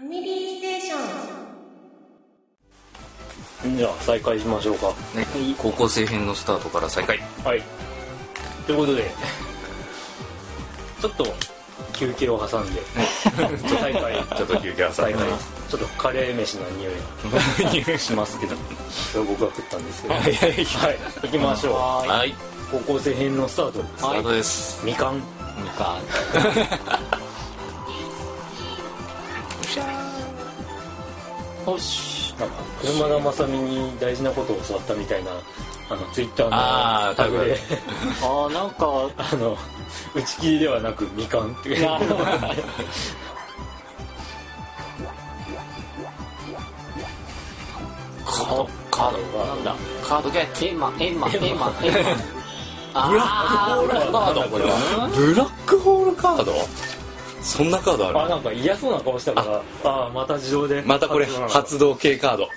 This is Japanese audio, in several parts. ァミリーステーションじゃあ再開しましょうかね、高校生編のスタートから再開はいということでちょっと休憩を挟んでちょっと再開ちょっと休憩挟再み開まちょっとカレー飯の匂いがしますけどそれは僕が食ったんですけどはいす行きましょうははい高校生編のスタートですスタートですみかんいみかんよしなんか車田正美に大事なことを教わったみたいなあのツイッターあのターグでああなんか あの打ち切りではなくみかんっていうなるほどカードカードなんだカードゲットエンマエンマエンマエンマあーカードこれはブラックホールカードそんなカードああるなんか嫌そうな顔したからああまた自動でまたこれ発動なの発動系カード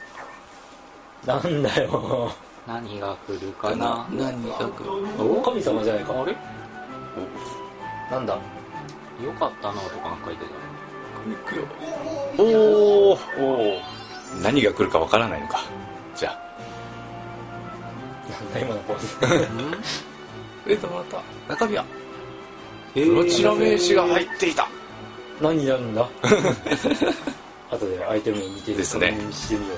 なんだよ何が来るかな何が来る神様じゃないかあれなんだよかったなとかなんか言っておお何が来るかわからないのかじゃあなんだ今のポーズ えっとまた中身はプロチラ名刺が入っていた何になるんだ後でアイテムを見てですね確認してみよう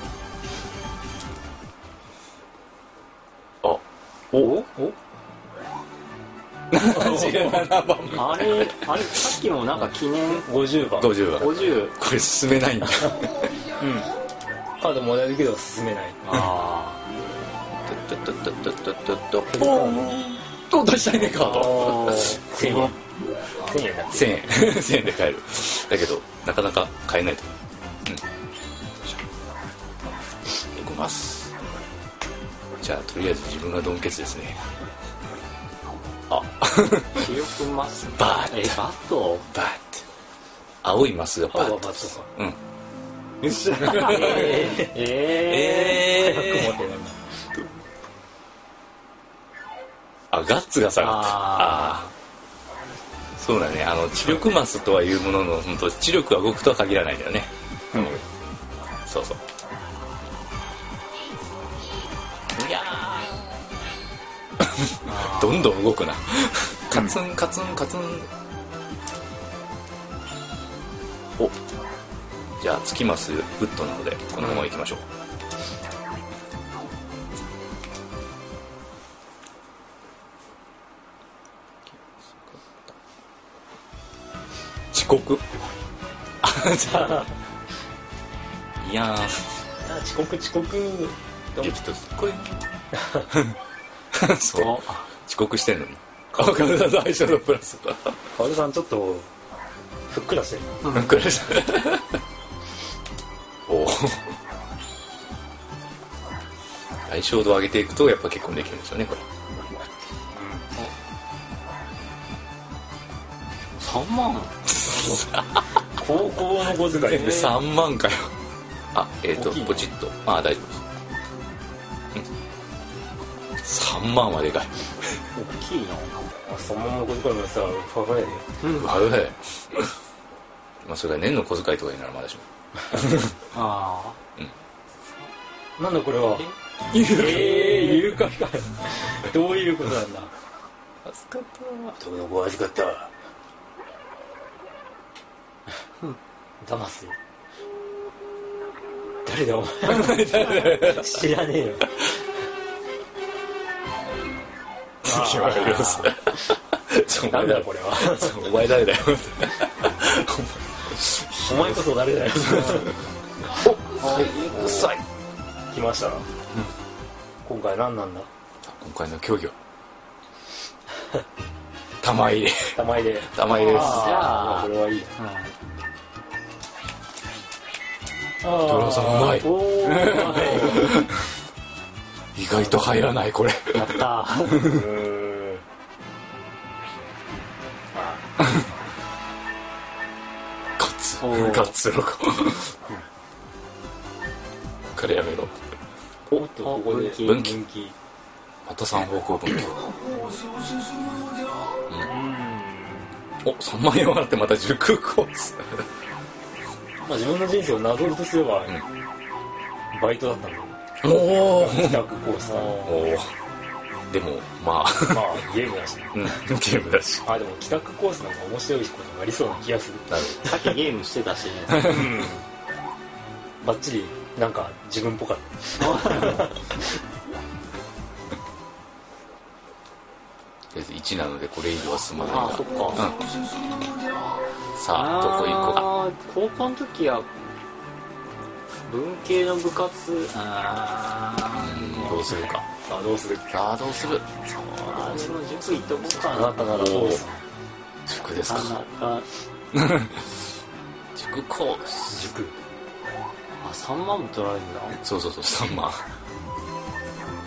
あおお17番たあれあれさっきもなんか記念50番50番50これ進めないんだカードもらえるけど進めないあポンと出したいねカード1000円1000円だ1000円 1000円で買えるだけどなかなか買えないとうんよいしょいきますじゃあとりあえず自分がドンケツですねああ視力マスバーえッバットバーッ青いマスがバ青がーバッットか うんよしえー、え え早くー持ってなんだあガッツが下がったああーそうだねあの知力マスとはいうものの本当知力が動くとは限らないんだよねうんそうそういやーどんどん動くなカツンカツンカツンおじゃあつきますグッドなのでこのままいきましょう、遅刻あじゃあいやーあ遅刻遅刻いやちょっとこれ そう遅刻してんのにあ岡田さんと相性のプラスカオルさんちょっとふっくらしてるなんかあれじゃん おお相性度を上げていくとやっぱ結婚できるんですよねこれ3万高校の小遣いで3万かよあえっ、と大きいねポチッとあ大丈夫です、うん、3万はでかい大きいなあそのままの小遣いもさふわふわやでうわうわ まあそれが年の小遣いとかにならまだしも あなんだこれはええ誘拐かどういうことなんだ助かったどこどこ預かった騙すよ誰だお前 知らねえよ言われ ます。ちょなんだこれはちょお前誰だよ。お前こそ誰だようっさい。 来ました今回何なんだ今回の競技は玉入れ。玉入れ玉入れです。じゃあこれはいいやあ、ドあラさんうまい。うん、おお意外と入らないこれ。やったーうーんガッツおーガッツの子。これやめろ。おっとここで分岐分岐分岐また三方向分岐。お三万円もらってまた塾コース。まあ、自分の人生をなぞるとすれば、バイトだったんだよおお企画講師さんおーでもまあ まあゲームだしうんゲームだしあでも企画コースなんか面白いことになりそうな気がするなるさっきゲームしてたしね。バッチリなんか自分っぽかったとりあえず1なのでこれ以上は進まないあなあ、そっか。さあどこ行こあー高校の時は、文系の部活、あうかあ、うんどうするかさあどうするさあどうするあれも塾行っとこうかあなな。たならどうする塾ですなかかなか、塾コース塾あ、3万も取られるんだ。そうそうそう3万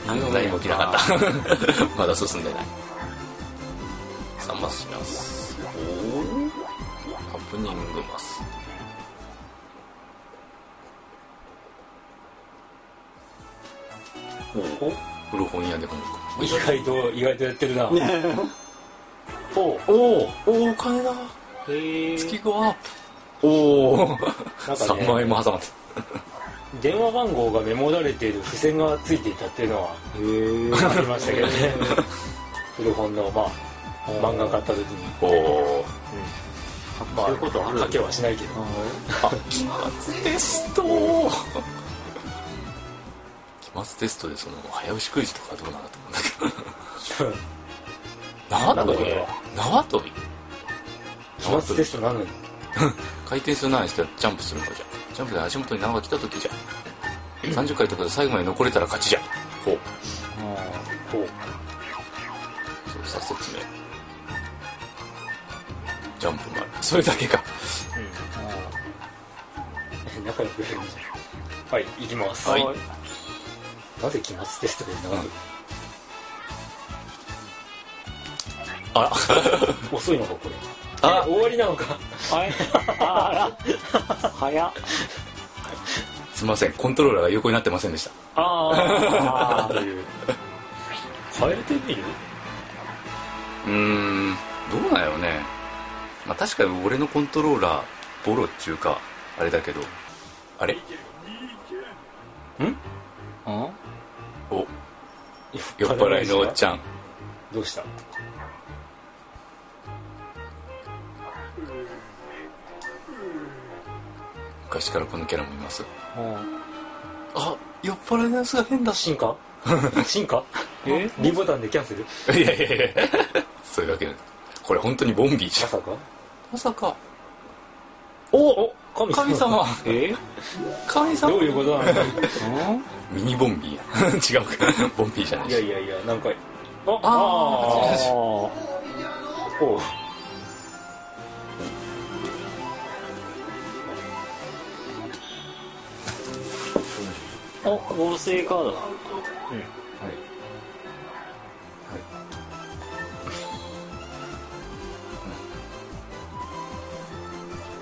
何も起きなかった まだ進んでない3万進みますおーハプニングマスお古本屋で本か意外と意外とやってるなほうおーおーお金だた。へえ。月5アップおお、なんかね3万円も挟まって電話番号がメモられている付箋がついていたっていうのはありましたけどね古本のまあ漫画買った時におおまそういうことある書けはしないけどあ期末テスト期末テストでその早押しクイズとかどうなんだと思うんだけなど縄跳びんだこ縄跳び期末テストなのに回転数ない人はジャンプするのじゃジャンプで足元に縄が来た時じゃ30回とかで最後まで残れたら勝ちじゃほうほうそうさ説明ジャンプもあるそれだけか仲良くやるんじゃんはい行きます、はいなぜ期末テストで長く、あら遅いのかこれあ終わりなのかはい。あら。早っ。すいませんコントローラーが横になってませんでしたあという変えてみるうーんどうなんやろね、まあ、確かに俺のコントローラーボロっちゅうかあれだけどあれあ。うんお酔っ払いのおっちゃんどうした昔からこのキャラもいますうん。あ酔っ払いのやつが変だし 進化進化え B ボタンでキャンセルいやいやい やそういうわけないこれ本当にボンビーじまゃんさかまさかおお神様神様え 神ど様ういうことなんだミニボンビーや 違うかボンビーじゃないいやしいやいやなんかあああああ。ーおうお、合成カードだ。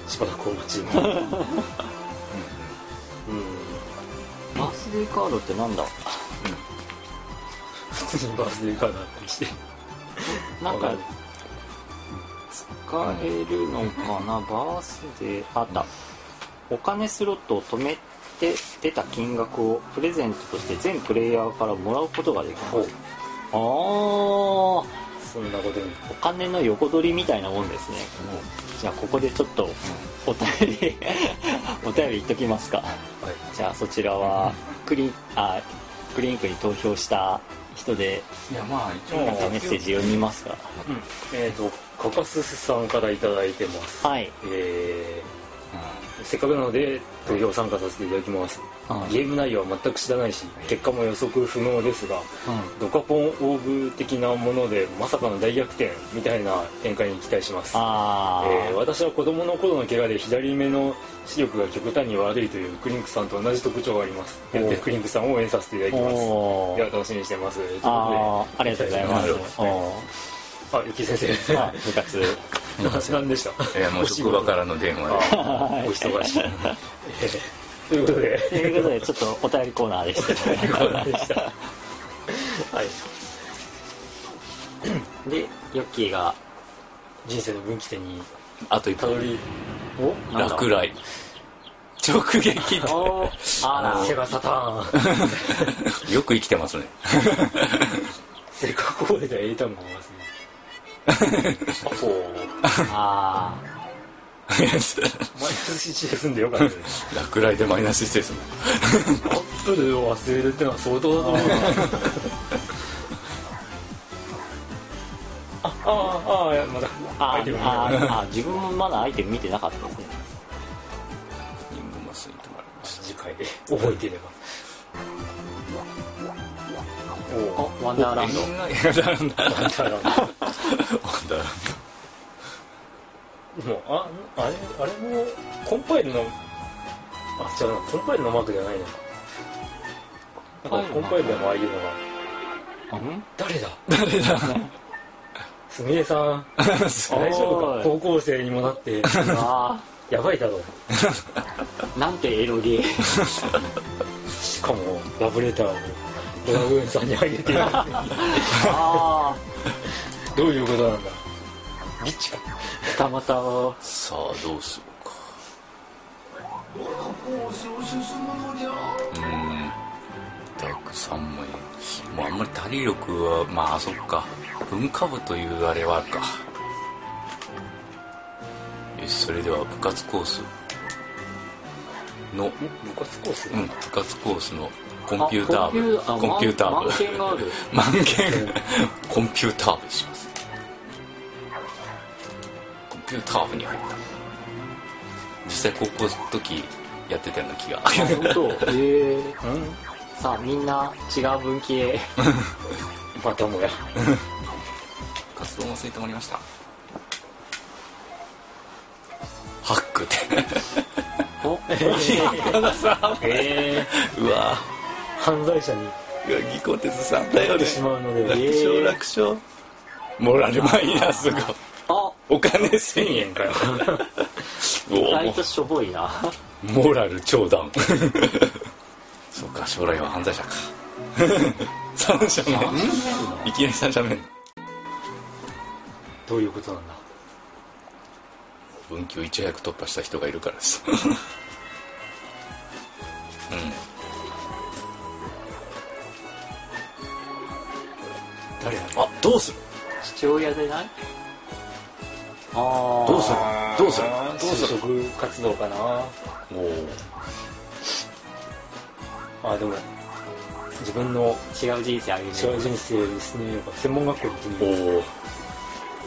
しばらくお待ちにうんバースデーカードってなんだ 普通にバースデーカードあったりしてなんわかかる、使えるのかなバースデー、あった。お金スロットを止めて出た金額をプレゼントとして全プレイヤーからもらうことができる。おうああ、おそんなことに金の横取りみたいなもんですね。じゃあここでちょっとお便りお便りいっときますかはいじゃあそちらはクリンあクリンクに投票した人でいやまあ一なんかメッセージ読みますかえっ、とカカススさんから頂いただいてますはいえーせっかくなので投票参加させていただきますうんゲーム内容は全く知らないし結果も予測不能ですがうんドカポンオーブ的なものでまさかの大逆転みたいな展開に期待しますあえー私は子供の頃の怪我で左目の視力が極端に悪いというクリンクさんと同じ特徴がありますおーでクリンクさんを応援させていたーだきますおではー楽しみにしてますということであーありがとうございます期待しておますあゆき先生ー部活 何でしたいやもう職場からの電話 でお忙しい。えーということで、ということでちょっとお便りコーナーでしたいかがでした。はい、 でヨッキーが人生の分岐点にあと一た歩どり、おなんだ落雷直撃っておーあらセガサターンよく生きてますね セガコーデでは英単語がますね あほうあマイナス1で済んでよかったです落雷でマイナス1ですもんアップルを忘れるってのは相当だと思 うなああああいやまだーあアイテーム見あないーあー自分もまだアイテム見てなかったですねリンゴマスに止まりまし次回で覚えていればおおおワンダーランドたワンダーランあんたらもドワンダーランうああれあれもコンパイルのあ違うなコンパイルのマークじゃないななんかコンパイルでもああいうのがうん誰だ誰だすみれさんド大丈夫おかい高校生にもなってあやばいだろーなんてエロゲーしかもラブレターをドラグーンさんにあげてるあどういうことなんだビッチかあたまたまさあどうするかうーんダーク3枚もうあんまり体力はまあそっか文化部というあれはあるかよしそれでは部活コースの部活コースうん、部活コースのコンピューターあコンピ部ューあコンピューター満部満点がある満点コンピューター部にしますコンピューター部に入った実際高校の時やってたような気があ本当えーうんさあみんな違う分岐へまたもや活動も吸い止まりましたハックっておえうわー、犯罪者にうわぎこてつさんだよ来ねてしまうので、楽え勝ー楽勝モラルマイナスがあお金1000円かよう 意お外もうとしょぼいなモラル超ダウン そうか将来は犯罪者か 三者面いきなり三者面どういうことなんだ分岐をいち早く突破した人がいるからです誰だあどうする父親でないああどうするどうするどうする就職活動かなおおあでも自分の違う人生あげる違う人生に進めようか専門学校行ってみおよおう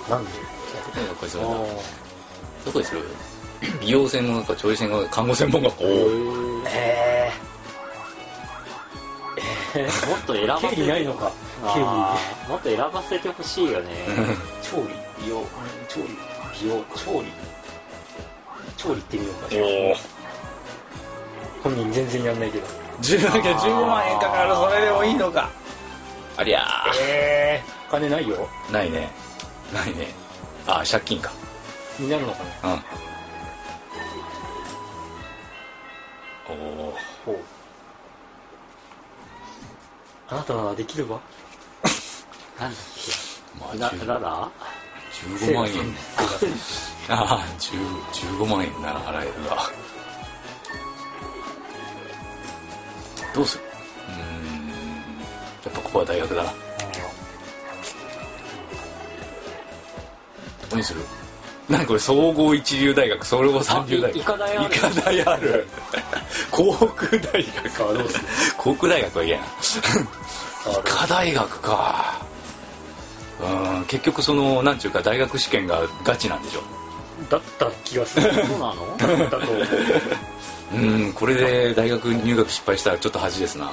なんでこれそうだどこにす る美容専門学校調理専門学校看護専門学校おえーーえもっと選ばー、せ経理ないのか経あーもっと選ばせてほしいよね理 調理美容調理美容調理調理行ってみようかじゃあおー本人全然やんないけど10だけど15万円かかるそれでもいいのかありゃえー、お金ないよーないねないねあー借金かになるのかなうんおおほうあなたならできるわなんだまっけなララ15万円ああ10 15万円なら払えるわどうするうーんやっぱここは大学だな何する何これ総合一流大学総合三流大学あい医科大ある医科大ある航空大学さあどうする航空大学は嫌なさあどう医科大学かうん結局その何ちゅうか大学試験がガチなんでしょだった気がするそう なのだったと思ううんこれで大学入学失敗したらちょっと恥ですなあ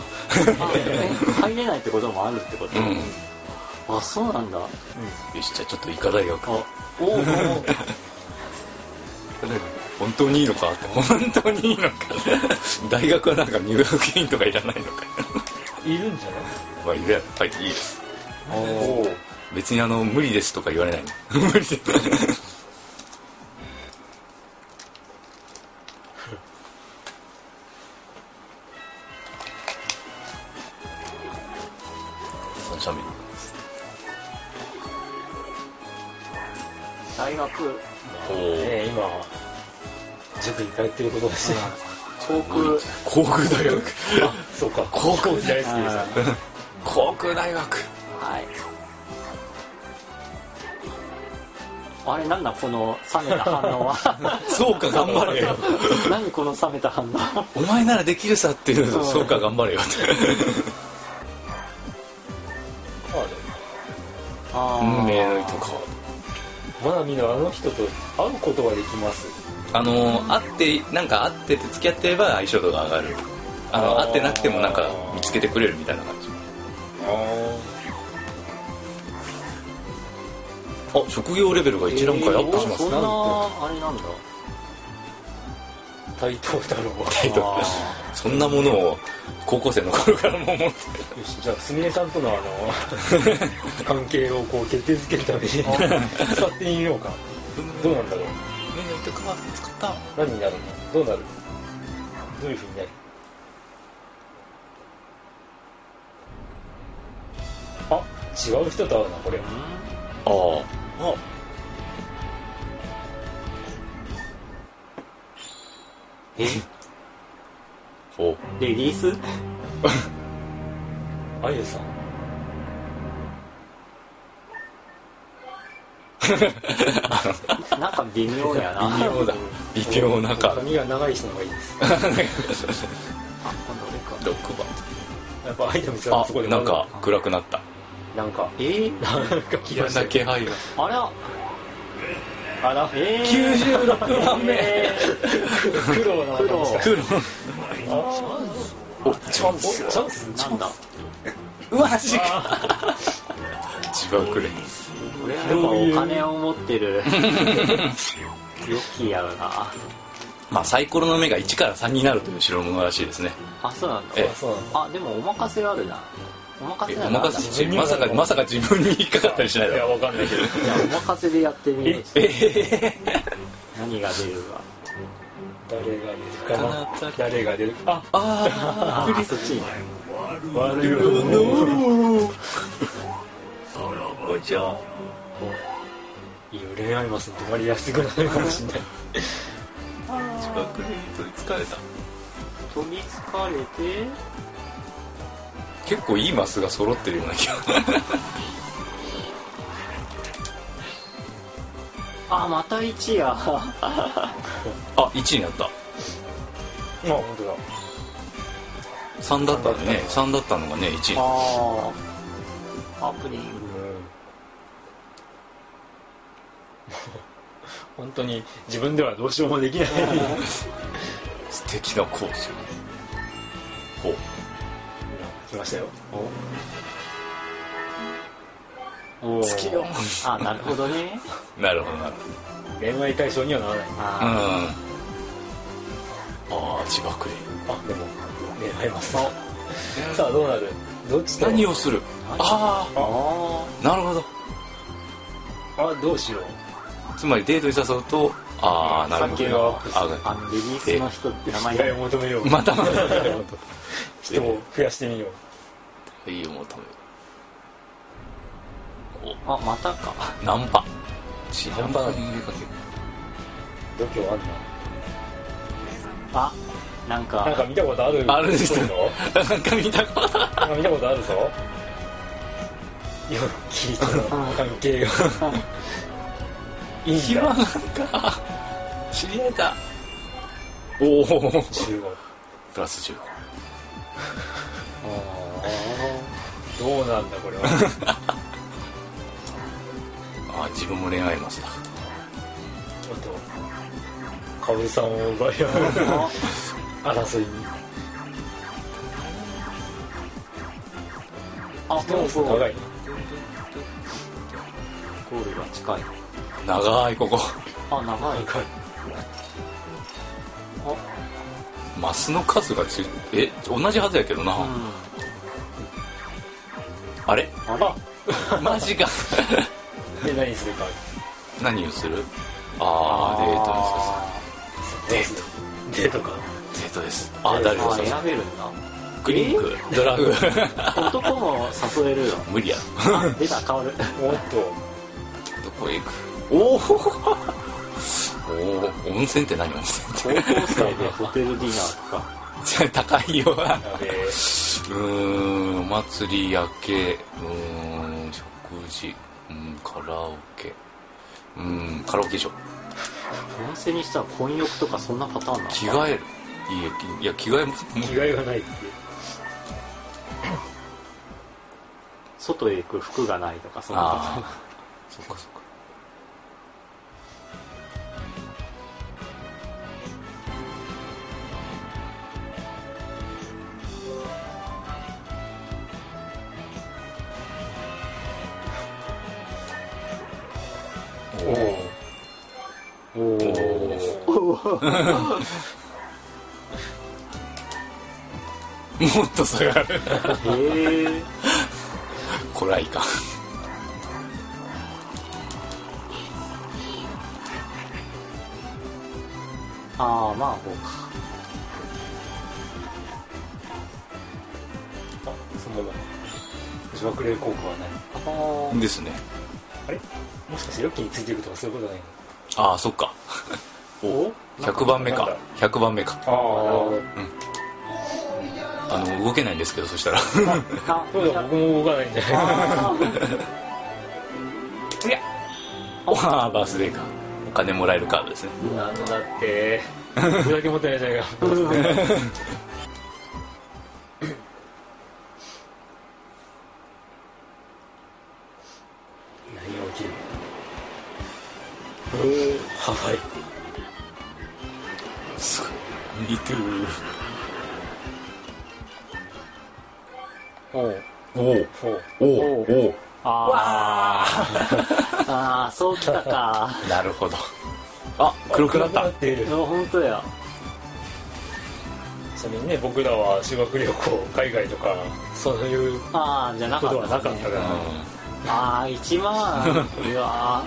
え入れないってこともあるってこ うんよとあそうなんだしじゃあちょっと医科大学あおお本当にいいのかって本当にいいのか 大学はなんか入学金とかいらないのか いるんじゃまあいるやろはいいいですないおお別にあの無理ですとか言われない の無理です三者面大学おおね今塾に通ってることだし航空航空大学そうか航空大好きでした 航空大学はいあれなんだこの冷めた反応 はそうか頑 張れよ何この冷めた反応お前ならできるさっていううのんそうか頑張れよってあ運命のー糸かまなみのあの人と会うことができますあの会ってなんか会ってて付き合ってれば相性度が上がるあのあー会ってなくてもなんか見つけてくれるみたいな感じあ職業レベルが1段階アップしまそすんななあれなんだ対等だろ態度あそんなものを高校生の頃からもう持っうてよしじゃあすみれさんとのあの関係をこう決定づけるために使ってみようかどうなんだろう目の糸か使った何になるのどうなるどういうふうになるあ違う人と会うなこれーうんあーあえ おレディースあゆさんなんか微妙やな微妙だ微妙 なか髪が長い人の方がいいですあ今度俺か6番やっぱアイテムさんはあそこでなんか暗くなったなんかえー、なんか気いろがんしなない気配が あらあらえー、 96番目え苦労なー、苦労あ黒ーおチャンおスチャンスなんだうわマジか自爆レ俺はやっぱお金を持ってる良きやろなまあサイコロの目が1から3になるという代物らしいですねあそうなんだえあそうなんだあでもお任せあるなお任えせなおらなんだ任せしまさかまさか自分に引っかかったりしないだやろわかんないけどじゃあお任せでやってみようえへへ何が出るか誰が出るかな誰が出るかああーそっちにあ悪いよあおじゃいいよ恋愛マスに止まりやすくなるかもしれない自爆レに取りつかれた飛びつかれて結構いいマスが揃ってるような気があまた1やあ1になった あ本当だ3だったのね3だったのがね1ああハプニング本当に自分ではどうしようもできない素敵なコースほう来ましたよおー月よあなるほどねなるほどなる恋愛対象にはならないほどうんあああ自爆レあでも恋愛マスさあどうなるどっちと何をするあーああなるほどあどうしようつまりデートに誘うとああなるほ酒どがああのレディースの人って名前恋愛を求めようまたまた 人を増やしてみよういいよ求めるあまたかおナンパナナンパに入れかける度胸あんなあなん かなんか見たことあるあるんですそういうのなんか見たことあなんか見たことあるぞよっきりとの関係がいいんる今なんだか知り合えたおお中国プラス15どうなんだこれはああ自分も恋愛マスだちょっと薫さんを奪い合うあ争いにあでそうもそう長いゴールが近い長いここあ長い長いマスの数がちえ同じはずやけどな、あうんあれあれあマジかで何するか何をするああデートに誘うデーデートかデートです。あ、誰あを誘う選べるんだクリニック、ドラッグ。男も誘えるよ 無理や。あ出た変わるおっとどこへ行くおおおお温泉って何温泉っ高校生でホテルディナーとかて高いようえーんお祭り夜景うーん食事うんカラオケうんカラオケでしょお店にしたら混浴とかそんなパターンなの着替えるいやきいや着替えもー、着替えがないって外へ行く服がないとかそんなパターンああそっかそっかおおおおもっと下がるへえこれはいいかああまあこうかあそのまま自爆冷効果はないあーですねあれもしかしてヨッキーについていくとかそういうことないのああそっかお100番目なんかだ100番目かああなるほどあの動けないんですけどそしたらあそうだ僕も動かないんじゃないいやああバースデーかお金もらえるカードですねなんだってこれだけ持ってないじゃないか何が起きるへえハワイすごい似てるおうおおほうおおおおあーあーそうきたか なるほどあ黒くなった黒ているあ本当やちなみにね僕らは修学旅行海外とかそういうああじゃなこかとはっなたかっですたねから、ああ1万うわ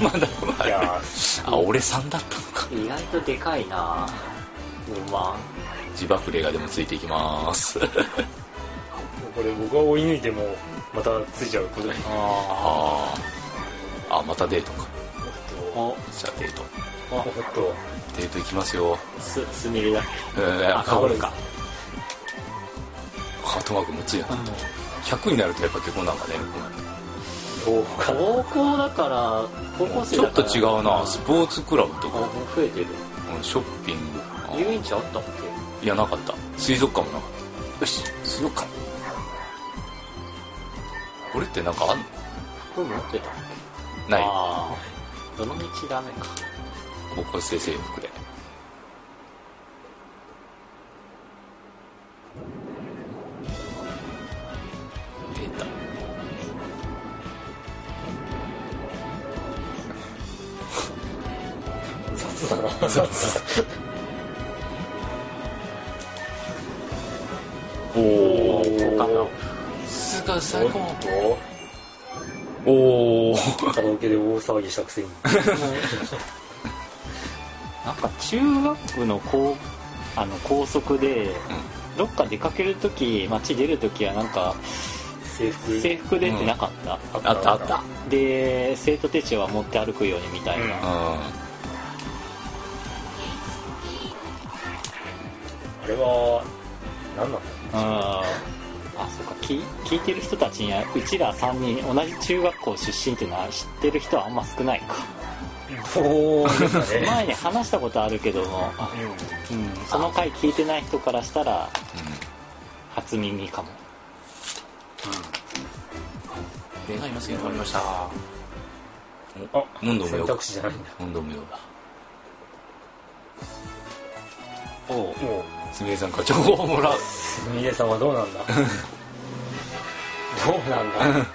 うんまだまいだやーあ俺3だったのかー意外とでかいな5万自爆霊がでもついていきますこれ僕は追い抜いてもまたついちゃうことにああああまたデートかあおじゃあデートおっとデート行きますよすすみれだえーあかおるかハートマークもついなかった100になるとやっぱ結構なんかねどうかな高校だから高校生ちょだっかとら違うなスポーツクラブとあかもう増えてるうんショッピングあ遊園地あったっいやなかった水族館もなかったよし水族館これってなんかあんのけ服持ってたっけないああどの道ダメか高校生制服で出た雑だな雑おお他のすがだ最お高っとおおカラオケで大騒ぎしたくせになんか中学部の高あの高速で、どっか出かけるとき街出るときはなんか制服制服でってなかった、あったあったで生徒手帳は持って歩くようにみたいな、うんうあれは何なんだああそうか聞い聞いてる人たちにはうちら3人同じ中学校出身っていうのは知ってる人はあんま少ないかおお ですかね前に話したことあるけども、うん、その回聞いてない人からしたら初耳かもん願いますよわかりましたあ飲んでもよ選う択肢じゃないんだ飲んでもようだおうもうすみれさんから情報をもらうすみれさんはどうなんだどうなん だ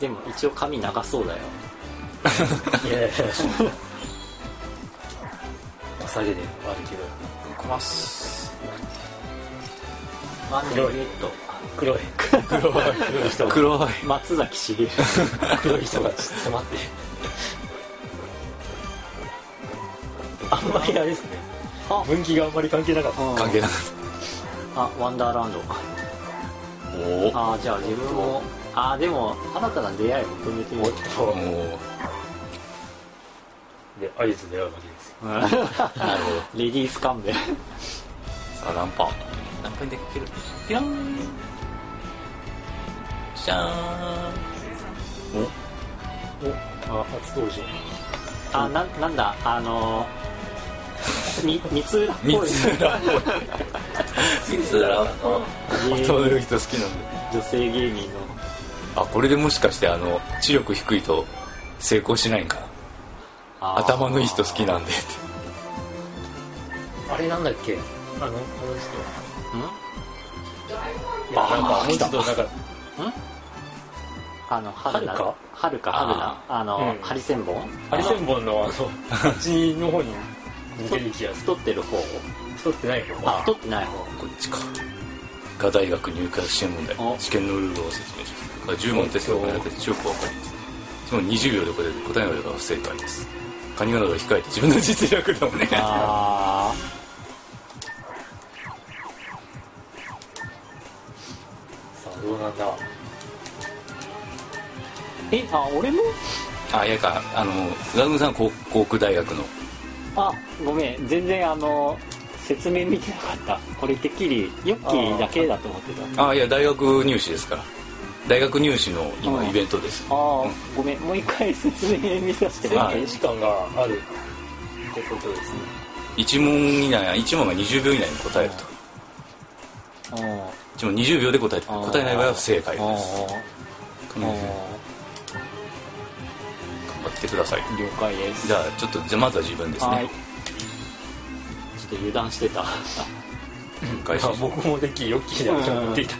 でも一応髪長そうだよいやいやお下げではあるけどきますマネ黒いット黒 い黒い黒い人が黒い松崎しげる黒い人がちょっと待ってあんまりあれですねあ分岐が あんまり関係なかったうん関係なかっあワンダーランドたおおああじゃあ自分もああでも新たな出会いを求めてみおっる ともでアイズと出会うわけですようんレディース勘弁うさあランパランパにできるピランじゃーんおあ初登場あななんだあのーみ三浦っぽい三浦っぽい三浦っぽい芸人そういう人好きなんで女性芸人のあこれでもしかしてあの知力低いと成功しないんかなあー頭のいい人好きなんでってあれなんだっけあのあの人んいやなんかあの来た人なんかあの春菜はるかはるか春菜ああの、うんハリセンボンハリセンボンのあのあっちの方に似てる気がする太ってる方太ってない方あ太ってない方こっちかが大学入学試験問お題試験のルールを説明しますこれ10問テストを行って中高分かりますその20秒で答える答えの量が不正解ですカニガナが控えて自分の実力でお願いしまあさあどうなんだーえあ俺もすあいやかあのガグさんは航航空大学のあごめん全然あの説明見てなかったこれてっきりヨッキーだけだと思ってたあいや大学入試ですから大学入試の今うんイベントですあーごめんもう一回説明見させて制もらっはてい限い時間があるってことですね1問以内1問が20秒以内に答えるとうん1問20秒で答えてあー答えない場合は不正解ですカうんニガナ頑張ってください了解ですじゃあちょっとじゃあまずは自分ですはいねちょっと油断してた開始あ僕もできよっきーだと思っていた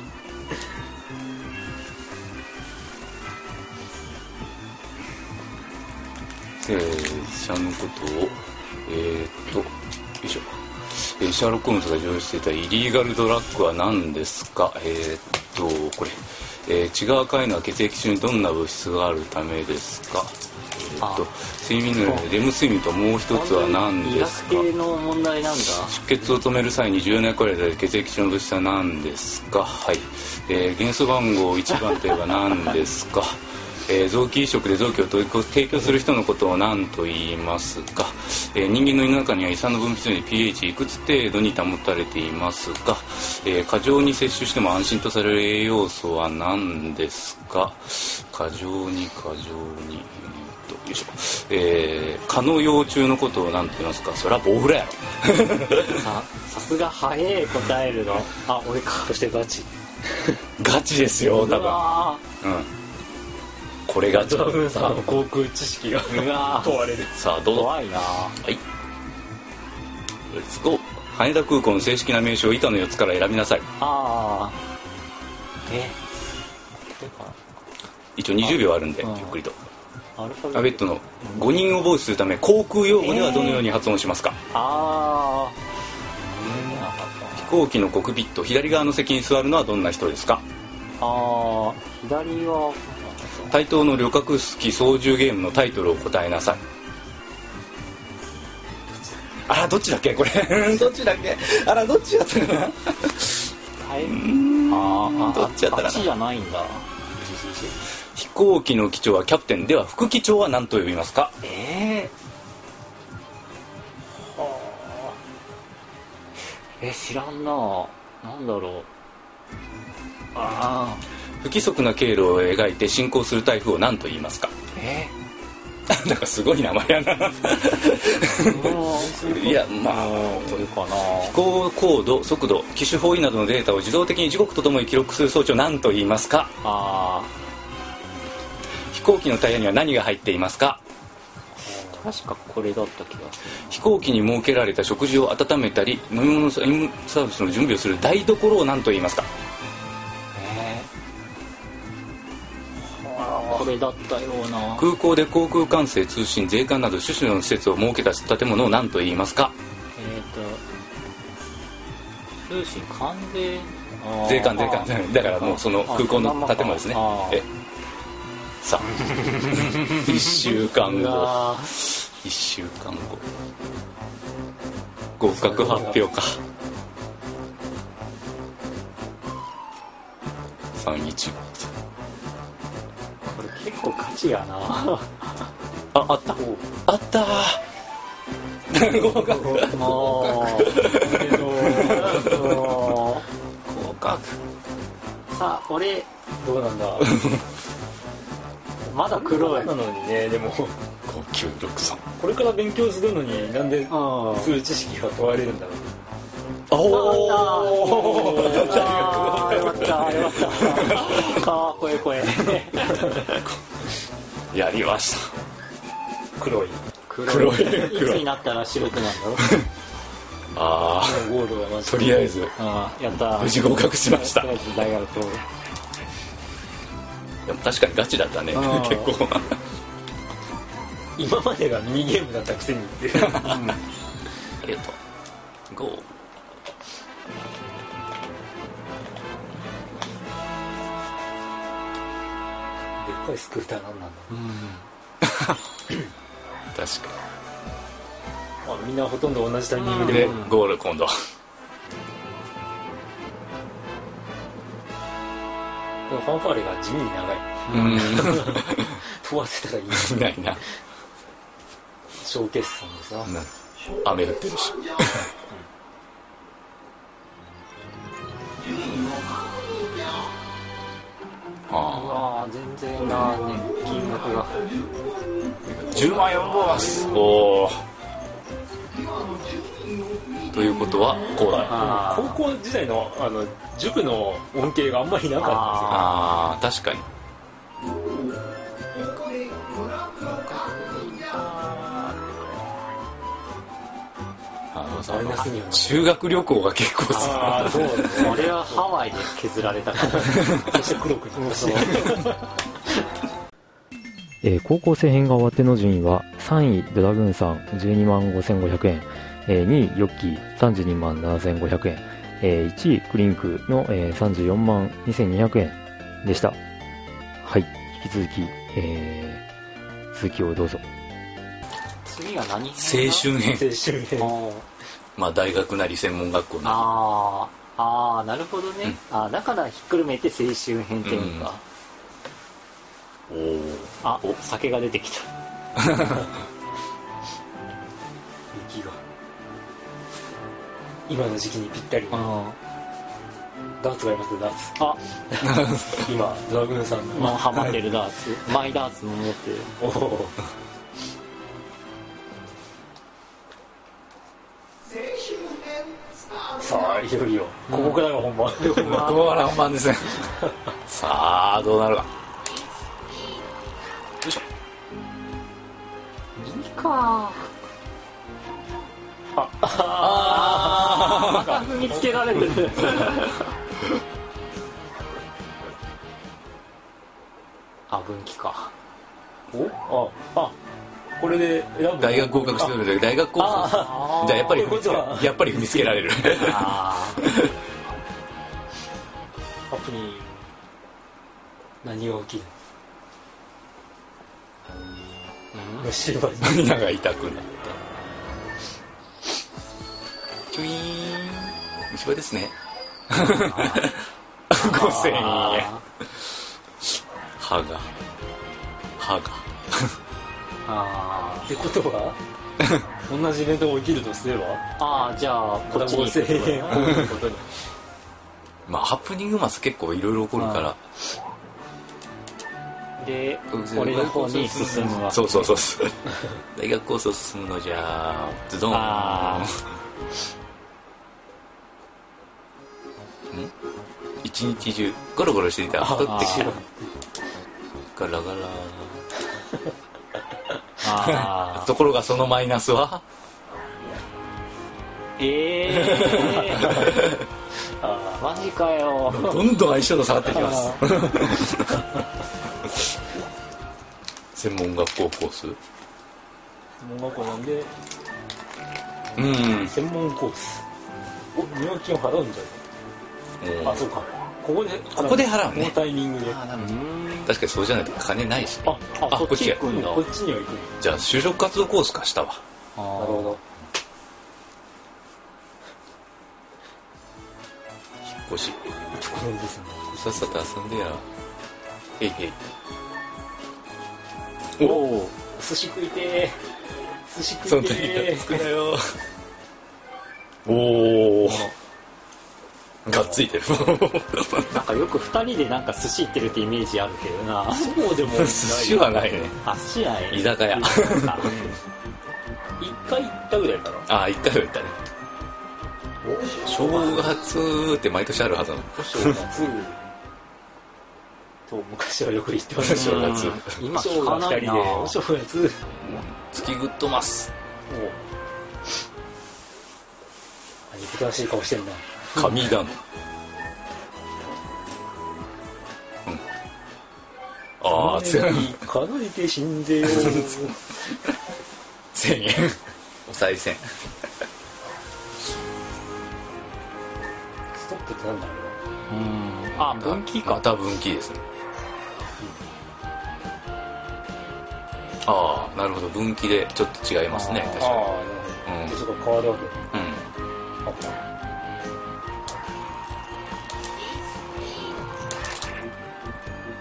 えー、医者のことをえー、っとよいしょ、えーシャーロック・ホームズが常用していたイリーガルドラッグは何ですかえー、っとこれ、えー血が赤いのは血液中にどんな物質があるためですか えー、っと睡眠のレム睡眠ともう一つは何ですか医学系の問題なんだ出血を止める際に重要な役割である血液中の物質は何ですかはい、えー元素番号1番といえば何ですか、えー臓器移植で臓器を提供する人のことを何と言いますか、えー人間の胃の中には胃酸の分泌量に pH いくつ程度に保たれていますか、えー過剰に摂取しても安心とされる栄養素は何ですか過剰に過剰にえーっとよいしょえー、蚊の幼虫のことを何と言いますかそれは棒フラやろささすが早え答えるのあ俺かそしてガチガチですよ多う分わうんこれガチドラムンさんの航空知識が ーうわー問われるさあどうぞ怖いなはいレッツゴー羽田空港の正式な名称を板の4つから選びなさいあーえ一応20秒あるんであゆあっくりとアルフアルファベベッットトの5人を防止するため航空用語ではどのように発音しますか、あー飛行機のコクピット左側の席に座るのはどんな人ですかあー左は対等の旅客機操縦ゲームのタイトルを答えなさいあらどっちだっけこれ どっちだっけあらどっちやったかなはいあーあどっちやったかなあっちじゃないんだ飛行機の機長はキャプテンでは副機長は何と呼びますかえー、え知らんななんだろうあ不規則な経路を描いて進行する台風を何と言いますか あえなんかすごい名前やな ー、もういやまあこれかな飛行高度速度機種方位などのデータを自動的に時刻とともに記録する装置を何と言いますかあ飛行機のタイヤには何が入っていますかあ確かこれだった気がする飛行機に設けられた食事を温めたり飲み物サービスの準備をする台所を何と言いますかえー、これだったような空港で航空管制通信税関など種々の施設を設けた建物を何と言いますかえっ、と通信関税あー税関税関あだからもうその空港のあ建物ですねあーえさあ1 週間う後わ1週間後合格発表か315結構ガチやなああったあった ー合格あーけどあ合格ーさあ俺どうなんだまだ黒いなのにねでも5963これから勉強するのになんであそういう知識が問われるんだろうあおおあーよかったよかったああ怖え怖えやりました黒い黒い黒いいつになったら白くなるんだろうああゴールがまずとりあえずああやったー無事合格しましたとでりあえず大学とも確かにガチだったねあー結構 今までがミニゲームだったくせに ってありがとう5でっかいスクーターなんなんだ確かまあみんなほとんど同じタイミングにででゴール今度でもファンファーレが地味に長いうん問わせたらいいいないな小決算でさな雨降ってるし ああああ全然なね金額が10万円ボーナスおおということはこうだあ高校時代のあの塾の恩恵があんまりなか ああー確かにあのさマイナスにはなる修学旅行が結構ったんですよさああそうあそれはハワイで削られたからそして黒くなったしえー高校生編が終わっての順位は3位ドラグーンさん12万5500円、えー2位ヨッキー32万7500円、えー1位クリンクの、えー34万2200円でしたはい引き続き、えー続きをどうぞ次は青何春編青春編あ まあ大学なり専門学校なあーあーなるほどね、うんあーだからひっくるめて青春編っていうか、りおおあお酒が出てきた雪が今の時期にぴったりあダーツがありますよダーツあ今ドラグーンさんもうのハマってるダーツマイダーツも持ってる おおさあいよいよここからが本番ここから本 番ですねさあどうなるかよいしょいいかああああ見つけられ てるあ分岐かおああこれで選ぶ大学合格してるので大学合格あ じゃあやっぱりこういうこと踏みはつけやっぱり踏みつけられるあ カップに何が起きる虫歯に涙が痛くなったキュイーン虫歯ですね5000円あ歯が歯があってことは同じイベントが起きるとすればああじゃあこまったちに5000円行く多いことにまあハプニングマス結構いろいろ起こるからで俺の方に進むわそうそうそうそう大学構想進むのじゃズドンあん一日中ゴロゴロしていたら太ってきてあガラガラあところがそのマイナスはええあマジかよどんどん相性が下がってきます専門学校コースあ専門学校なんでうん専門コースお入金を払うんじゃないあそうかここでここで払うねこのタイミングであ確かにそうじゃないと金ないしあああそっち行くんだこっちには行くなじゃあ就職活動コース化したわあるほど引っ越しこれですねさっさと遊んでやえいへいおお寿司食いてー寿司そ食のいて時ーつくなよおおがっつ いてるなんかよく2人でなんか寿司行ってるってイメージあるけどなそうでもない寿司はないねあ寿司ない居酒屋か一回行ったぐらいかなああ行ったよ行ったね正月って毎年あるはずなのお正月と昔はよく行ってましたし正月うん今お正聞か月二ない人なでお正月も月グッドマスうあ憎たらしい顔してるな神だのうんああつ1000い数えて死んでよ 円お賽銭ストップってなんだろううんあ分岐まかた分岐ですねああなるほど分岐でちょっと違いますね確ああかなるほどうんでそこが変わるわけにうんあった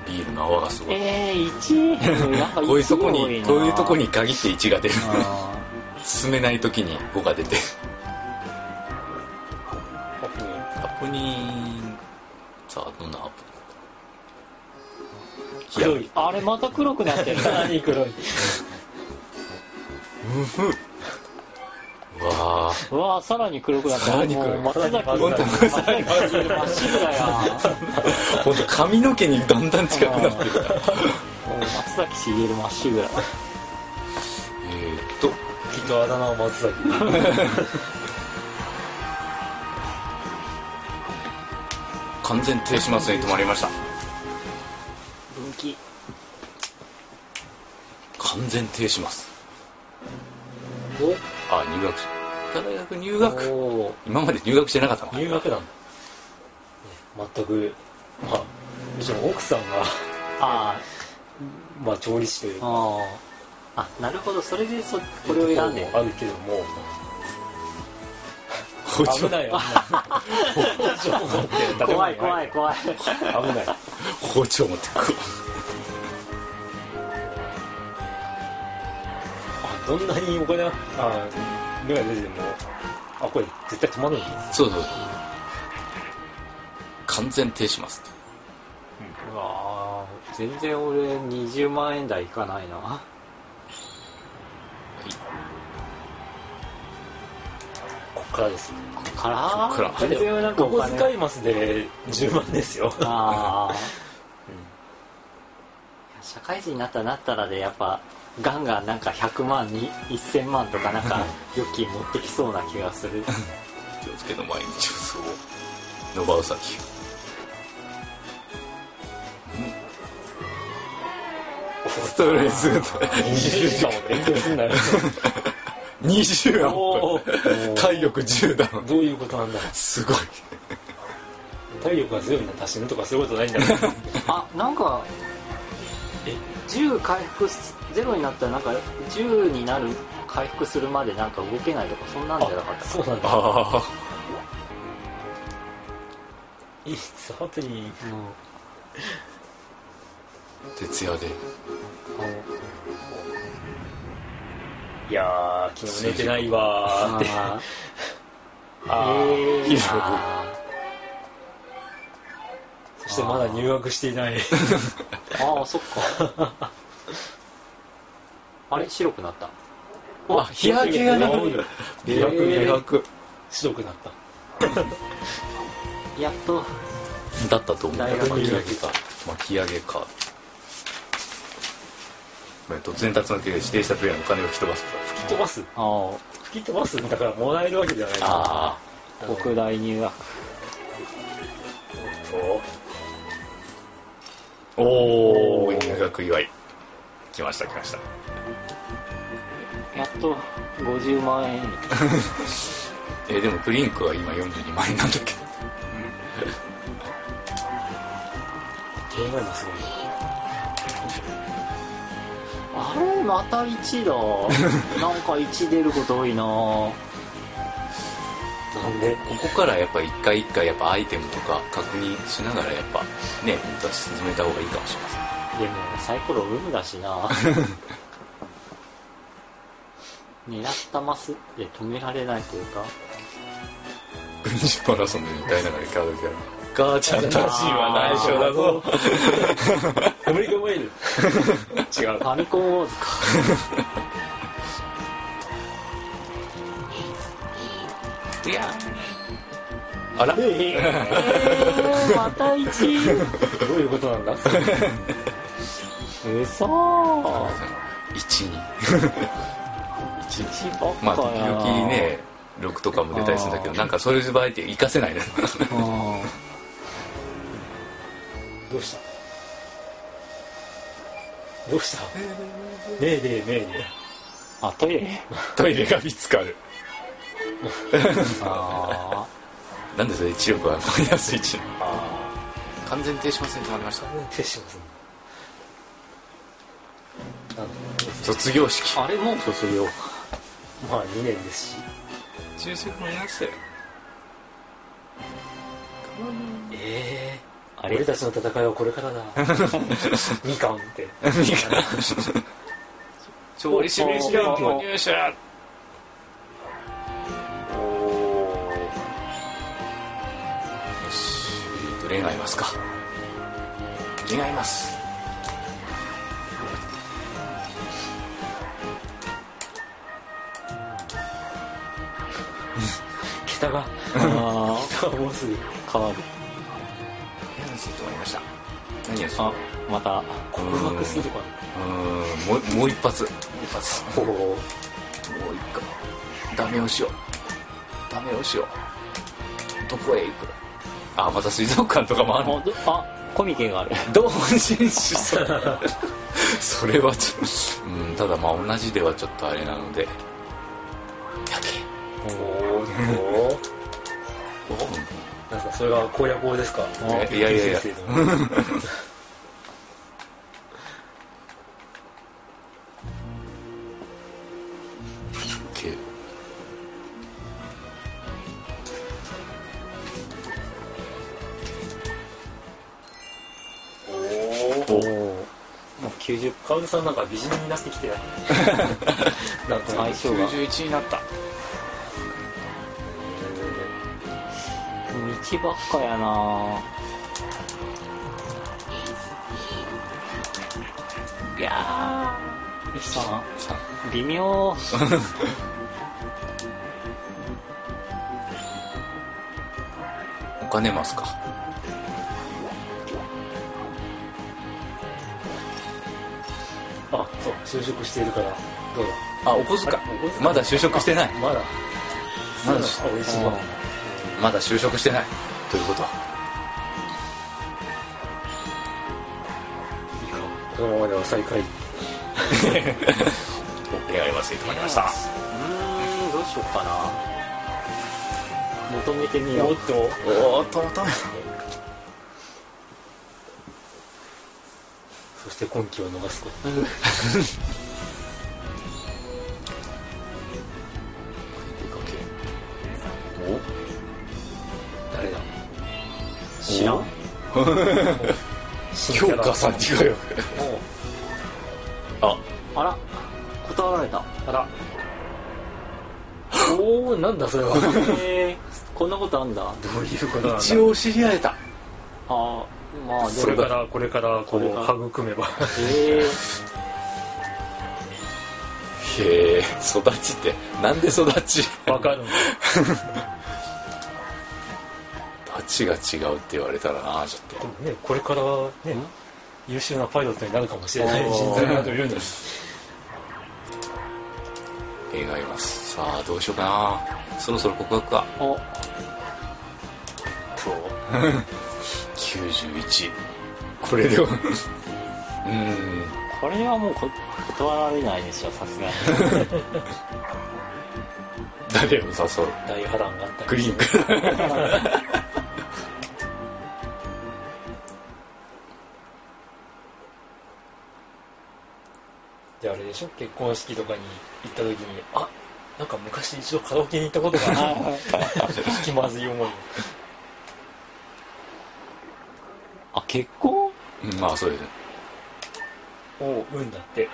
ビールの泡がすごい、えー、1なんかこういうとこにこういうとこにに限って1が出る進めない時に5が出てハプニングハプニングさあどんなハプニン黒グいあれまた黒くなってる何黒いいやうわあうわーさらに黒くなってるさらに黒いもう松さ崎らに松崎さらに真っ白だよ本当髪の毛にだんだん近くなってるからもう松崎しげる真っ白だえーっときっとあだ名を松崎完全停止マスに止まりました分岐完全停止マスおあ入学し大学入学お今まで入学してなかったのー入学なんだね全くまあむしろ奥さんがあまあ調理師というああああなるほどそれでそこれを選んであるけども補危助ない危ない情報って建物に怖い怖い怖い 危ない包丁持ってくあどんなにお金があ目が出ててもあこれ絶対止まるんだそうそう完全停止マスうわー全然俺20万円台いかないなこっからですよこっからこっから全然なんかおお小遣金いマスで10万ですよああ、社会人になったらなったらでやっぱガンガンなんか100万に1000万とかなんか預金持ってきそうな気がする気をつけの毎日をそう野場うさぎストレスが20時間も勉強すんなよ20アおップー体力10ダウンどういうことなんだすごい体力が強いんだ足死ぬとかそういうことないんだから あなんかえ10回復すゼロになったらなんか10になる回復するまでなんか動けないとかそんなんじゃなかっあたそうなんだあいつハプニングもあ徹夜でいやー昨日寝てないわーってああーーえいいー、あそしてまだ入学していないーあーそっかあれ白くなったあ日焼けが治る日焼けが治る美白白くなったやっとだったと思う大学巻き上げか巻き上げかまあ突然立つのけで指定したプレイヤーのお金を吹き飛ばす吹き飛ばすああ吹き飛ばすんだからもらえるわけじゃないあ国大入学そうあおお入学祝い来ました来ましたやっと50万円えーでもクリンクは今42万円なんだっけど手前のすごいあれまた1だ なんか1出ること多いななんでここからやっぱ一回一回やっぱアイテムとか確認しながらやっぱね本当は進めた方がいいかもしれませんでもサイコロ無だしな 狙ったマスで止められないというか軍事マラソンで歌いながらカードキャラ母ちゃんたちは内緒だぞアメリカマイル違うファミコンウォーズかいやあらまた1 どういうことなんだうそー一に一に1ばっ かまあ時やな々ね6とかも出たりするんだけどなんかそういう場合って活かせないねうんどうしたどうしたねえねえねえねあトイレ トイレが見つかるあなんでそれ知力はマイナス1えあ完全停止ません止まりましたあ手しますねなんだろ卒業式ーあれもう卒業うまあ2年ですし中職もやってたよええ俺たちの戦いはこれ からだみかんって調理師免許の入社おおよしえっと恋愛ますか恋愛ます桁があ桁がもうすぐー変わるいやちょっと終わりました何やあそまた告白するかうーんもうもう一発もう一発なおおもう一回ダメをしようダメをしようどこへ行くあまた水族館とかもああるどあコミケがある同人誌さ それはちょっと、うん、ただまあ同じではちょっとあれなのでやけおーっとなんかそれが攻略法ですかえいやいやいや先生のけおおもう90カウルさんなんか美人になって きてないなんか相性が91になった道ばっかやないやゆきさーさん微妙お金ますかあそう就職しているからどうだあお小遣いあお小遣いまだ就職してないまだままだだあ美味しいわまだ就職してないということはこのままでは最下位恋愛忘れてまいりましたうーんどうしようかな求めてみよおうっとおーっとまたそして今期を逃すこ お誰だ知らんと新キ京ャラ香さん違うよもああら断られたうあらおおなんだそれはえー、こんなことあんだあどういうことなんだ一応知り合えたあーまあでこれもからこれからここれからう育めばえーへえ育ちってなんで育ちわかるんだ育ちが違うって言われたらなちょっでともねこれからね優秀なパイロットになるかもしれないおー人材などいるんです映画いますさあどうしようかなそろそろ告白かおと91これでもうーんこれはもうこ断られないでしょさすがに誰を誘う大波乱があったりグリーンからであれでしょ結婚式とかに行った時にあなんか昔一度カラオケに行ったことがある気まずい 思いあ結婚うんまあそうですねを生んだって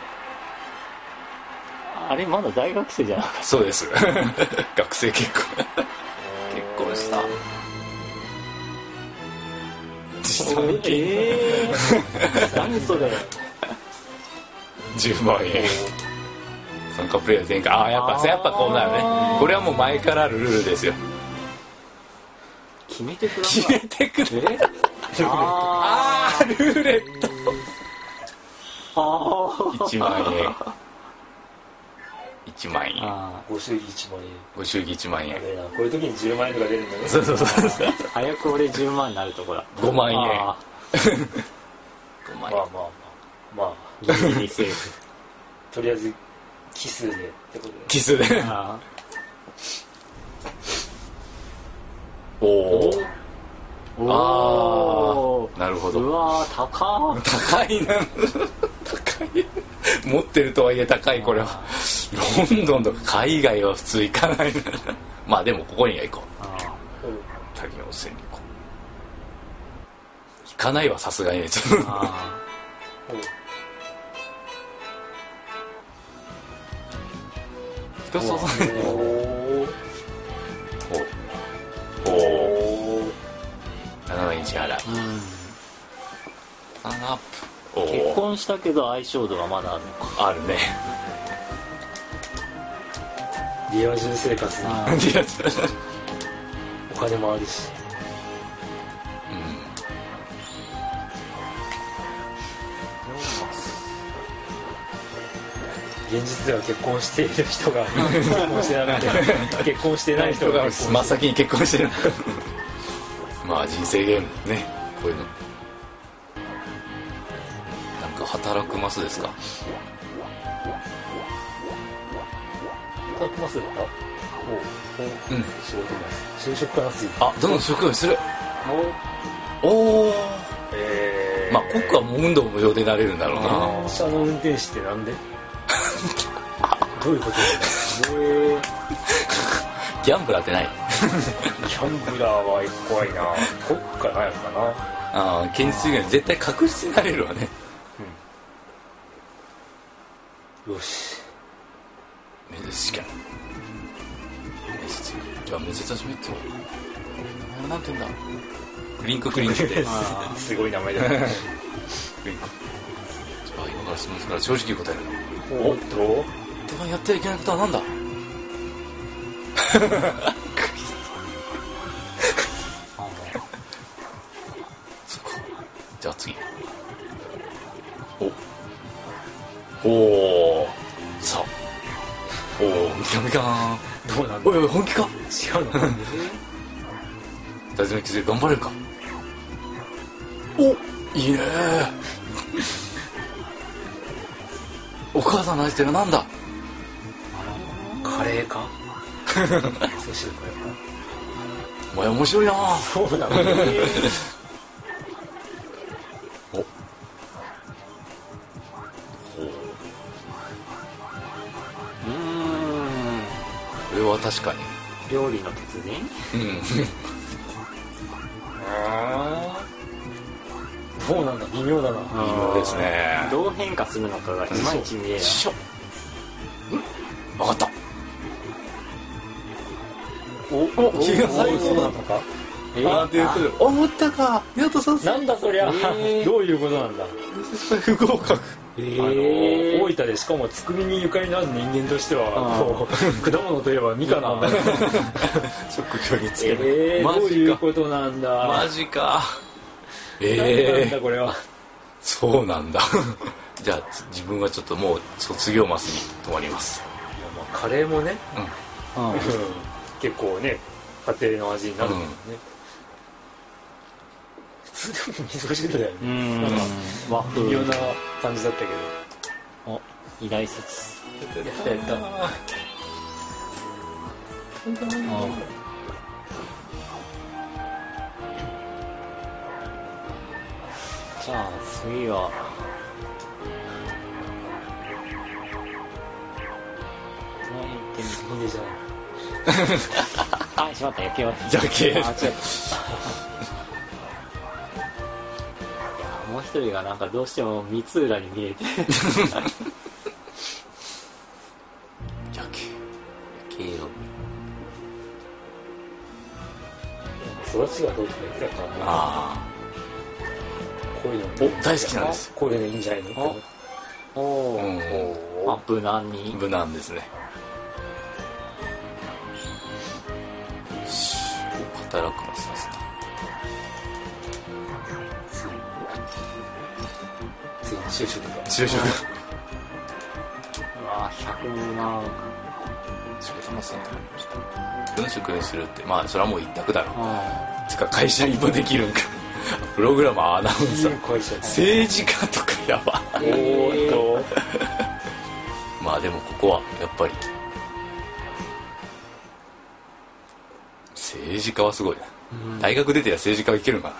あれまだ大学生じゃなかっそうです 学生結婚結婚した持参た金えー、何それ10万円参加プレイヤー全員がああやっぱやっぱこうなるねこれはもう前からあるルールですよ決めてくだ決さめいてくれえああールーレットーあー1万 円1万円あご祝儀1万円ご祝儀1万円あれなこういう時に10万円とか出るんだねそうそうそうそうー早く俺10万になるとこだ5万円あ5まあまあ万円まあまあーギリギリセーフとりあえず奇数でってことでキスであおおーおなるほーうどわー高ー高いな高い持ってるとはいえ高いこれはロンドンとか海外は普通行かないなまあでもここには行こうあー滝の温泉に行こう行かないわさすがにねちょっとあうんうん人それぞれおおおお7日払いーうんアップお結お婚したけど相性度がまだあるのかあるねリア充生活に あーいやそれお金もあるし現実では結婚している人が結婚してなくて結婚してない人が結真婚っして先に結婚してるまあ人生ゲームねこういうのなんか働くマスですか働きますよおうおううん仕事ます就職からすいあどんどん職業するおおえまあコックはもう運動無用でなれるんだろうな電車の運転手ってなんでどういうことギャンブラーってないキャンブラーは怖いなコックかなんやかなああ現実以外に絶対確実になれるわねよし面接試験面接じゃあ面接始めっけよ名前なんて言うんだクリンククリンクってあすごい名前だな あ今から質問するから正直に答えるおっと一番やってはいけないことは何だそっかじゃあ次おおおさあおおみかみかどうなんーだおいおい本気か違うの大豆の傷で頑張れるかおいいねーお母さんの愛してるなんだカレーかそうしようこお前面白いなーれそうなのーうーんこれは確かに料理の鉄人うんどうなんだ微妙だなそうですねどう変化するのかがいまいち見えない師匠うん分かったおお気が最後そうなのかえーあ思ったか宮田さんなんだそりゃ、ーどういうことなんだ、不合格えあのー大分でしかもつくみにゆかりのある人間としてはあーこう果物といえばみかなんだ職業につけるえー、マジかどういうことなんだマジか何なえんえだこれはそうなんだじゃあつ自分はちょっともう卒業マスに止まりますいやまあカレーもね、うん結構ね家庭の味になるもんね、普通でも味噌汁だようね、んなんか和微妙風な感じだったけどお偉大説やったやったあじゃあ次はどの辺行ってみるいい じゃないあしまった焼け終わりじゃあ消えあ違ったいやもう一一人がなんかどうしても三浦に見えて夜景夜景を育ちがどうとか言ってたからなあこういうのもお大好きなんですこういうのいいんじゃないのって思っておあお、うんまあ無難に無難ですねよし働くますますか次に就職が就職うわ100万仕事もせんとなりました文職にするってまあそれはもう一択だろあつか会社にもできるんか プログラマーアナウンサー会社です政治家とかやばお ーっとまあでもここはやっぱり政治家はすごいな、大学出てりゃ政治家はいけるんかな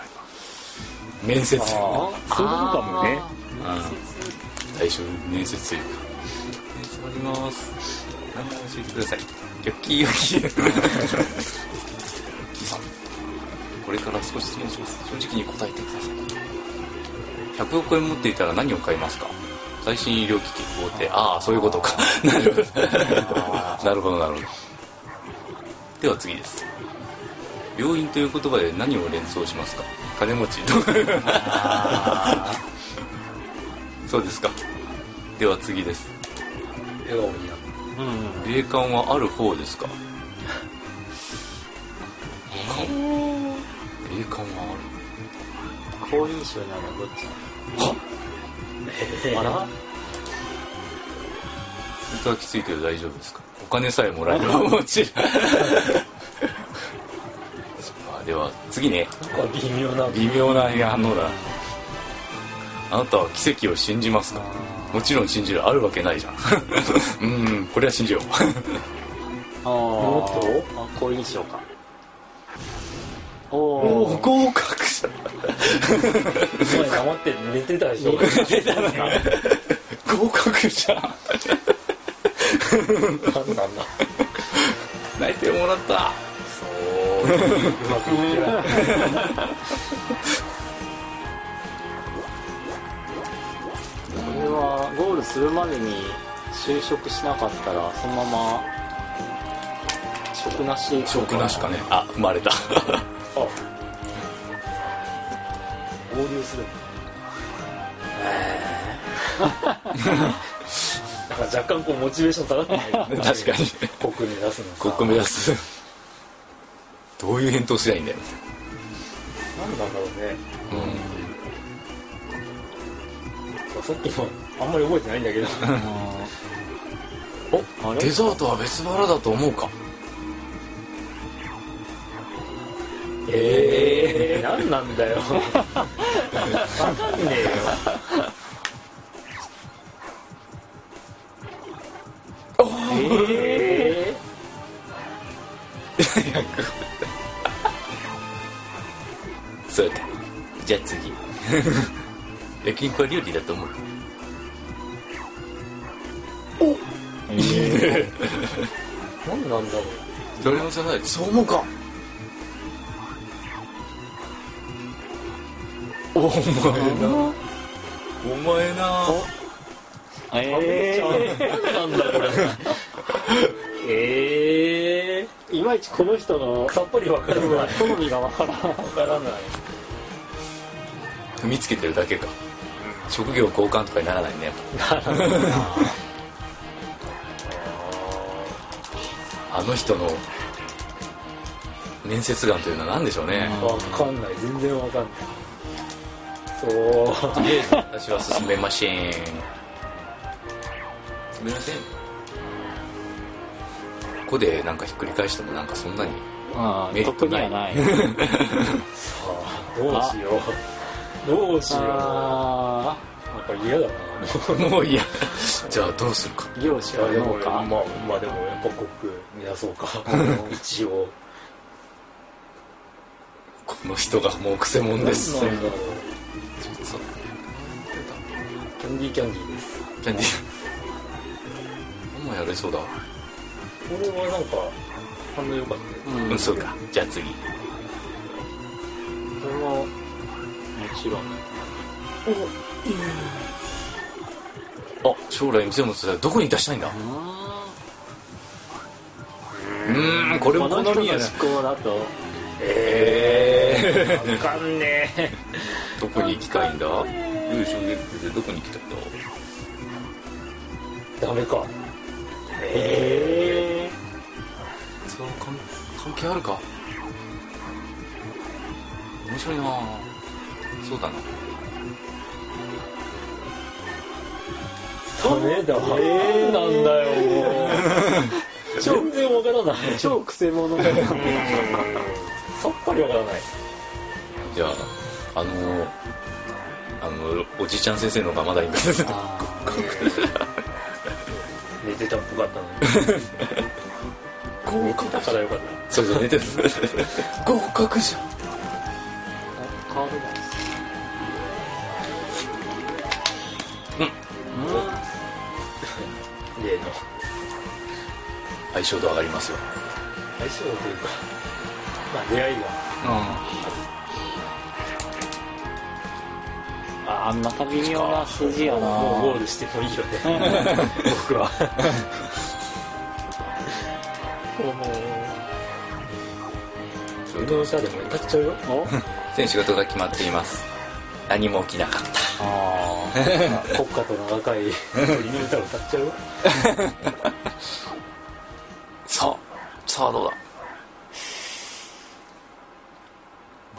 今面接ああそういうことかもね対象面接というか面接あります何も教えてください よっきーよっきーよっきーさんこれから少し質問します正直に答えてください100億円持っていたら何を買いますか最新医療機器大手ああそういうことか なるほどなるほどなるほどでは次です病院という言葉で何を連想しますか金 持ちとそうですかでは次です笑顔になるうん霊感はある方ですか霊感は好印象なのはどっちなのあらある本当はきついけど大丈夫ですかお金さえもらえれば もちろんまあでは次ねなんか微妙な微妙な反応だなあなたは奇跡を信じますかもちろん信じるあるわけないじゃんうん これは信じようあもっーとあ好印象かおおおお合格者前黙って寝てたでしょ出たのよ合格者なんなんだ内定もらったそううまくいってないこれはゴールするまでに就職しなかったらそのまま職なしで行くの食なしかねあ生 まれた合流するなんか若干こうモチベーション下がってない確かに国に出すのさここ目指すどういう返答すりゃいいんだよ、何なんだろうねうん、そうさっきもあんまり覚えてないんだけどおあれデザートは別腹だと思うかええ何なんだよわかんねえよえそうかじゃあ次 焼肉は料理だと思う何なんだろう誰も知らないそう思うかお前なお前なー、え何なんだこれー、えー、いまいちこの人のさっぱりわからないわ好みがわからんからない踏みつけてるだけか職業交換とかにならないねやっぱあの人の面接眼というのは何でしょうね、わかんない全然わかんないそうとりあえず私は進めません進めませんここでなんかひっくり返してもなんかそんなに メリット特にないはないどうしようどうしようなあんか嫌だなもういいやじゃあどうするかあ業種いやはで農もまあま家あでもやっぱコック目指そうか一応この人がもうくせ者です何なんだろうそうキャンディーキャンディーですキャンディーもうやれそうだこれはなんか反応良かったようんうんそうかじゃあ次それももちろんおいやあ将来店を持つどこに出したいんだうーんこれもこの好人のみ思やな考だとえわかんねえー、どこに行きたいんだうん将来店どこに行きたいんだダメかえそう関関係あるか面白いなあそうだなー、ダメだえー、なんだよ もう全然わからない超くせ者だなさっぱりわからないじゃああのあのおじいちゃん先生の方がまだいいんだ寝てたっぽかったのに 合寝てたからよかった そうそう寝てる合格じゃん変わるな例の相性度上がりますよ相性というかまあ出会いがああんまた微妙な数字やなもうゴールしてもいいよね僕は 運それと動したでも歌っちゃうよお全仕事が決まっています何も起きなかったあ国歌と名高い鳥の歌を歌っちゃうよさあさあどうだ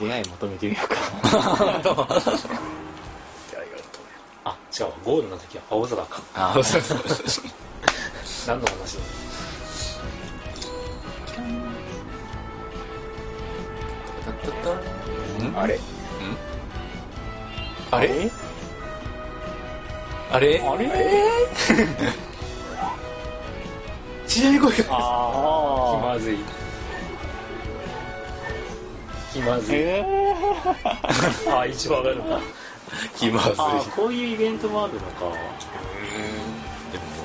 ー出会い求めてみようかあ違うわゴールの時は青空かああそうそうそう何の話だあれあれあれあれ自然に声が気ああまずい気まずいえー、あ一番上がるんだ気まずいあーこういうイベントもあるのかでもも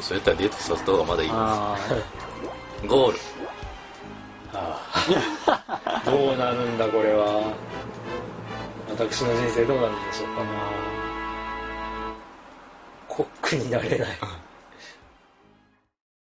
うそうやったらデートさせた方がまだいいあゴールどうなるんだこれは私の人生どうなるんでしょうかなコックになれない